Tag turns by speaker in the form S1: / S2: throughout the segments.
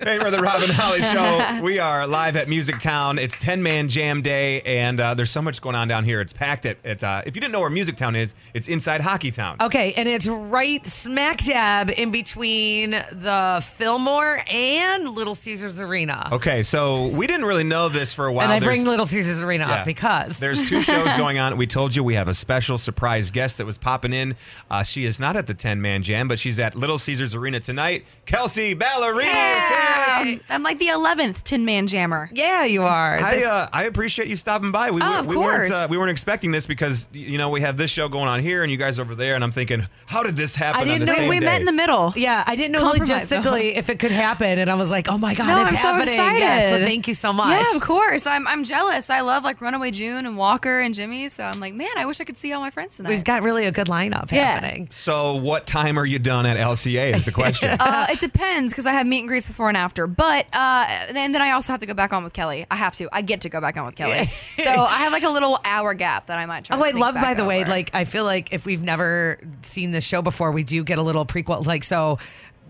S1: Hey, we're the Robin Holly Show. We are live at Music Town. It's 10 man jam day, and uh, there's so much going on down here. It's packed. At, at, uh, if you didn't know where Music Town is, it's inside Hockey Town.
S2: Okay, and it's right smack dab in between the Fillmore and Little Caesars Arena.
S1: Okay, so we didn't really know this for a while.
S2: and I
S1: Oh, There's-
S2: bring Little Caesars Arena
S1: Yeah.
S2: up because
S1: there's two shows going on. We told you we have a special surprise guest that was popping in. Uh, she is not at the 10 man jam, but she's at Little Caesars Arena tonight. Kelsey Ballerina is here.
S3: Um, I'm like the 11th Tin Man Jammer.
S2: yeah, you are.
S1: I,
S2: This-
S1: uh, I appreciate you stopping by. We,
S3: Oh,
S1: we-
S3: of
S1: we weren't
S3: course.
S1: uh, we weren't expecting this because y- you know we have this show going on here and you guys over there, and I'm thinking, how did this happen?
S2: I
S1: on
S2: didn't
S1: the
S2: know-
S1: same
S3: We, we
S1: day?
S3: met in the middle.
S2: yeah, I didn't know
S3: Compromise, though.
S2: logistically if it could happen, and I was like, "Oh my god,
S3: No,
S2: it's
S3: I'm so
S2: happening!"
S3: excited.
S2: Yeah, so thank you so much.
S3: Yeah, of course. I'm, I'm jealous. I love like Runaway June and Walker and Jimmy. So I'm like, man, I wish I could see all my friends tonight.
S2: We've got really a good lineup
S3: Yeah.
S2: happening.
S1: So what time are you done at LCA? Is the
S2: Oh.
S1: question.
S3: uh, it depends because I have meet and greets before and after. But uh, and then I also have to go back on with Kelly. I have to. I get to go back on with Kelly. so I have like a little hour gap that I might try.
S2: Oh,
S3: to
S2: I
S3: sneak
S2: love,
S3: back
S2: by the way,
S3: over.
S2: like, I feel like if we've never seen this show before, we do get a little prequel. Like, so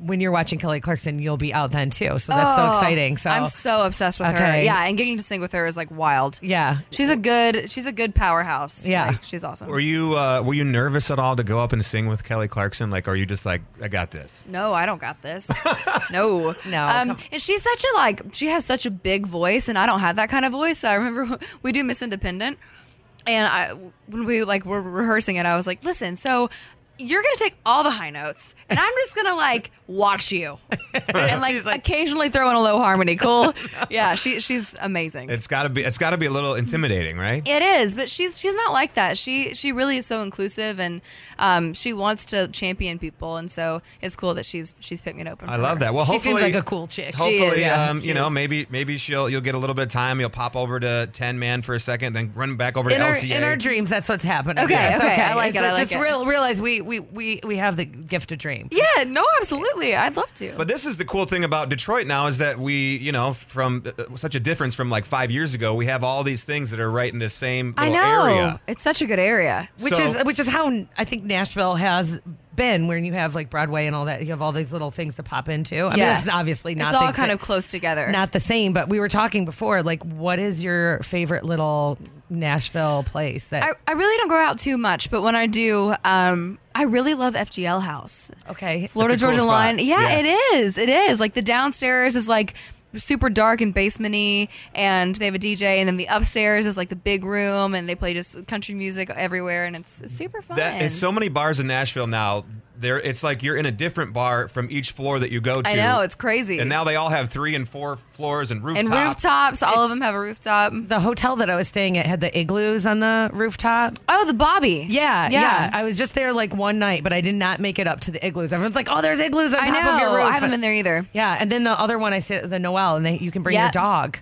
S2: when you're watching Kelly Clarkson, you'll be out then too. So that's so
S3: Oh,
S2: exciting. So,
S3: I'm so obsessed with her.
S2: Okay.
S3: Yeah, and getting to sing with her is like wild.
S2: yeah.
S3: She's a good. She's a good powerhouse.
S2: Yeah.
S3: Like, she's awesome.
S1: were you uh, were you nervous at all to go up and sing with Kelly Clarkson? Like, are you just like, I got this?
S3: no, I don't got this. No,
S2: No, come-
S3: Um, and she's such a like. She has such a big voice, and I don't have that kind of voice. I remember we do Miss Independent, and I when we like were rehearsing it, I was like, "Listen, so you're gonna take all the high notes, and I'm just gonna like watch you, and like,
S2: She's like-
S3: occasionally throw in a low harmony." Cool. Yeah, she she's amazing.
S1: It's gotta be. It's gotta be a little intimidating, right?
S3: It is, but she's she's not like that. She she really is so inclusive, and um, she wants to champion people, and so it's cool that she's she's picked me an open.
S1: I
S3: for
S1: love
S3: her.
S1: that. Well,
S2: She
S1: hopefully,
S2: seems like a cool chick.
S3: She is,
S1: Hopefully,
S3: yeah.
S1: um,
S3: She
S1: you know,
S3: is.
S1: maybe maybe she'll you'll get a little bit of time. You'll pop over to ten man for a second, then run back over to
S2: in our,
S1: LCA.
S2: in our dreams, that's what's happening.
S3: Okay,
S2: Yeah, it's
S3: okay, I like
S2: It's
S3: it, I like
S2: just
S3: it.
S2: real- realize we, we, we, we have the gift to dream.
S3: Yeah, no, absolutely. I'd love to.
S1: But this is the cool thing about Detroit now is that we, you know, from uh, such a difference from like five years ago, we have all these things that are right in the same
S3: I
S1: little
S3: know
S1: area.
S3: it's such a good area.
S2: Which
S1: So-
S2: is which is how I think Nashville has been, when you have like Broadway and all that. You have all these little things to pop into. I mean,
S3: Yeah.
S2: it's obviously not
S3: it's all
S2: the
S3: kind
S2: exa-
S3: of close together.
S2: not the same, but we were talking before. Like, what is your favorite little Nashville place that?
S3: I, I really don't go out too much, but when I do, um, I really love FGL House.
S2: okay,
S3: Florida
S1: It's a cool
S3: Georgia
S1: spot.
S3: Line. Yeah,
S1: Yeah.
S3: it is. It is. Like the downstairs is like super dark and basementy, and they have a DJ, and then the upstairs is like the big room, and they play just country music everywhere, and it's, it's super fun.
S1: That it's so many bars in Nashville now. There, it's like you're in a different bar from each floor that you go to.
S3: I know it's crazy.
S1: And now they all have three and four floors and rooftops.
S3: and rooftops, all of them have a rooftop.
S2: the hotel that I was staying at had the igloos on the rooftop.
S3: Oh, the Bobby.
S2: Yeah, yeah, I was just there like one night, but I did not make it up to the igloos. Everyone's like, "Oh, there's igloos on
S3: I
S2: top of
S3: know.
S2: your roof."
S3: I haven't been there either. Uh,
S2: Yeah, and then the other one I said the Noel, and they, you can bring your
S3: Yeah.
S2: dog.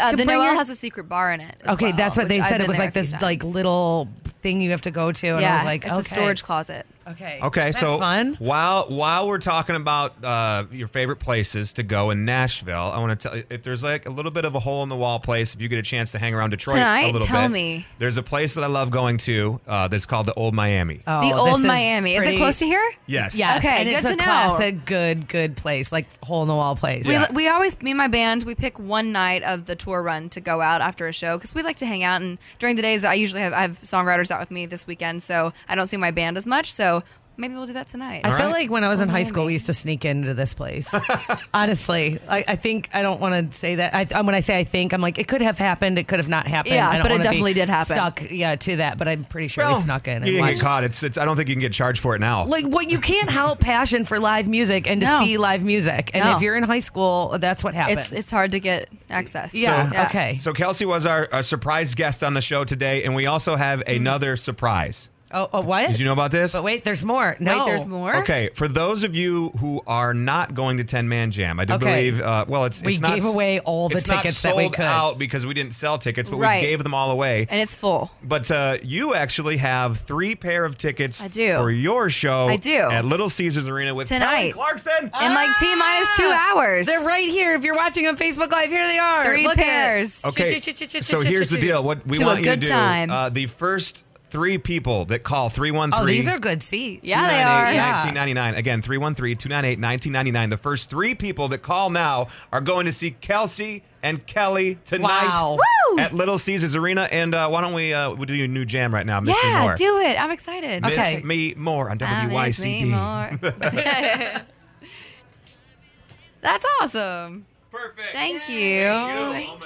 S3: Uh,
S2: You
S3: the
S2: bring
S3: Noel
S2: your-
S3: has a secret bar in it. as
S2: Okay,
S3: well,
S2: that's what
S3: which
S2: they
S3: I've
S2: said. It
S3: been
S2: was
S3: there
S2: like
S3: a few
S2: this like
S3: times.
S2: little thing you have to go to, and
S3: Yeah,
S2: I was like,
S3: it's
S2: okay,
S3: a storage closet.
S2: Okay,
S1: Okay,
S2: Isn't that
S1: so
S2: fun.
S1: while while we're talking about uh, your favorite places to go in Nashville, I want to tell if there's like a little bit of a hole in the wall place. If you get a chance to hang around Detroit a
S3: Tonight?
S1: little
S3: Tell
S1: bit,
S3: me.
S1: There's a place that I love going to uh, that's called the Old Miami.
S2: Oh,
S3: the
S2: this
S3: old
S2: is
S3: Miami. Is
S2: pretty-
S3: it close to here?
S1: yes.
S2: Yes.
S3: Okay,
S2: and
S3: good
S2: it's
S3: to
S2: a
S3: know.
S2: classic, good, good place, like hole in the wall place.
S3: We,
S1: Yeah.
S3: we always, me and my band, we pick one night of the tour run to go out after a show because we like to hang out. And during the days, I usually have, I have songwriters out with me this weekend, so I don't see my band as much. So maybe we'll do that tonight.
S2: I feel
S1: right.
S2: like when I was in high
S3: Miami.
S2: school, we used to sneak into this place. Honestly, I, I think I don't want to say that. I, I- when I say I think, I'm like it could have happened, it could have not happened.
S3: Yeah,
S2: I don't
S3: but it
S2: wanna be
S3: definitely did happen.
S2: Stuck, yeah, to that. But I'm pretty
S3: Oh.
S2: sure we
S1: Well,
S2: snuck in.
S1: You
S2: and
S1: didn't get
S2: watched.
S1: caught. It's, it's. I don't think you can get charged for it now.
S2: Like what you can't help passion for live music and to
S3: No.
S2: see live music. And
S3: No.
S2: if you're in high school, that's what happens.
S3: it's it's hard to get access.
S2: Yeah, okay.
S1: So Kelsey was our, our surprise guest on the show today, and we also have another surprise.
S2: oh, oh, what?
S1: Did you know about this?
S2: Mm-hmm. But wait, there's more.
S3: Wait,
S2: No,
S3: there's more.
S1: Okay, for those of you who are not going to Ten Man Jam, I do
S2: Okay.
S1: believe. Uh, well, it's
S2: We
S1: it's not
S2: gave
S1: s-
S2: away all the
S1: it's
S2: tickets
S1: not
S2: that
S1: sold
S2: we could.
S1: out because we didn't sell tickets, but
S3: Right.
S1: we gave them all away.
S3: and it's full.
S1: But uh, you actually have three pair of tickets
S3: I do.
S1: for your show.
S3: I do.
S1: at Little Caesars Arena with Kelly
S3: Tonight.
S1: Clarkson.
S3: In like T minus two hours.
S2: Ah! They're right here. If you're watching on Facebook Live, here they are.
S3: Three
S2: Look at it.
S3: pairs.
S1: Ah. Okay.
S2: Ch- ch- ch- ch-
S1: So
S2: ch- ch-
S1: here's the
S2: ch-
S1: deal. What we
S3: To a
S1: want you to
S3: good
S1: do.
S3: time.
S1: Uh, the first three people that call 313.
S2: Oh, these are good seats.
S3: Yeah, they are.
S1: 298
S2: Yeah.
S1: 1999. Again, 313 298 1999. The first three people that call now are going to see Kelsey and Kelly tonight
S2: Wow.
S3: Woo!
S1: at Little Caesars Arena. And uh, why don't we, uh, we do a new jam right now, Miss Me
S3: yeah,
S1: More?
S3: do it. I'm excited.
S1: Miss
S2: Okay.
S1: Me More on
S3: I Ah, miss
S1: WYCD.
S3: me more. That's awesome.
S1: Perfect.
S3: Thank you.